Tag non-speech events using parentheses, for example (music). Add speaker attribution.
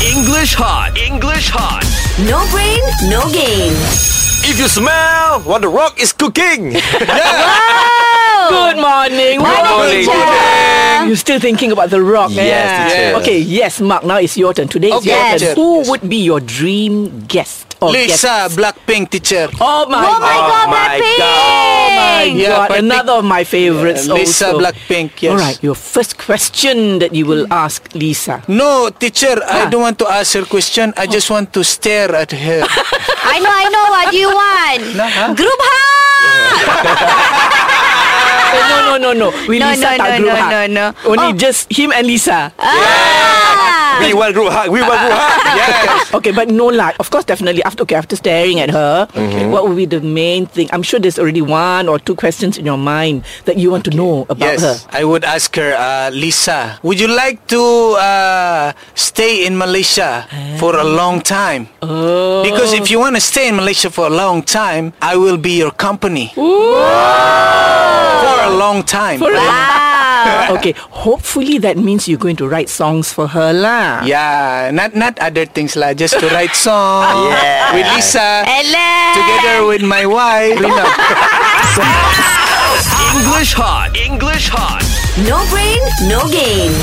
Speaker 1: English hot. English hot.
Speaker 2: No brain, no game.
Speaker 3: If you smell what the rock is cooking.
Speaker 4: Good
Speaker 2: Morning,
Speaker 4: morning. Rock.
Speaker 3: Morning,
Speaker 2: teacher.
Speaker 4: You're still thinking about the rock. eh?
Speaker 3: Yes, teacher.
Speaker 4: Okay, yes, Mark. Now it's your turn. Today is
Speaker 5: Okay,
Speaker 4: your turn.
Speaker 5: teacher.
Speaker 4: Who would be your dream guest or guest?
Speaker 5: Lisa, Blackpink teacher.
Speaker 4: Oh my,
Speaker 2: Oh my god,
Speaker 3: my
Speaker 2: Blackpink!
Speaker 4: my
Speaker 5: Yeah,
Speaker 4: God,
Speaker 5: but
Speaker 4: another of my favorites
Speaker 5: Lisa
Speaker 4: also.
Speaker 5: Blackpink, yes.
Speaker 4: All right, your first question that you will ask Lisa.
Speaker 5: No, teacher, I don't want to ask her question. I just want to stare at (laughs) her.
Speaker 2: I know, I know what you want. Group
Speaker 5: (laughs)
Speaker 2: hug!
Speaker 4: Eh, (laughs) no, no, no, no. We
Speaker 2: No,
Speaker 4: Lisa
Speaker 2: no,
Speaker 4: tak
Speaker 2: no,
Speaker 4: group
Speaker 2: no,
Speaker 4: hug.
Speaker 2: no, no.
Speaker 4: Only
Speaker 2: Oh.
Speaker 4: just him and Lisa.
Speaker 2: Ah!
Speaker 3: we want group hug. We want
Speaker 5: (laughs)
Speaker 3: group hug. Yes.
Speaker 4: Okay, but no lah. Of course, definitely. After okay, after staring at her, what would be the main thing? I'm sure there's already one or two questions in your mind that you want to know about
Speaker 5: yes,
Speaker 4: her.
Speaker 5: I would ask her, uh, Lisa, would you like to uh, stay in Malaysia for a long time? Because if you want to stay in Malaysia for a long time, I will be your company. For a long time.
Speaker 2: Ah.
Speaker 4: (laughs)
Speaker 2: Wow!
Speaker 4: Okay, hopefully that means you're going to write songs for her lah.
Speaker 5: yeah, not not other things lah, just to (laughs) write song
Speaker 3: Yeah.
Speaker 5: with Lisa
Speaker 2: Ellen!
Speaker 5: together with my wife.
Speaker 1: English hot. English hot.
Speaker 2: No brain, no game.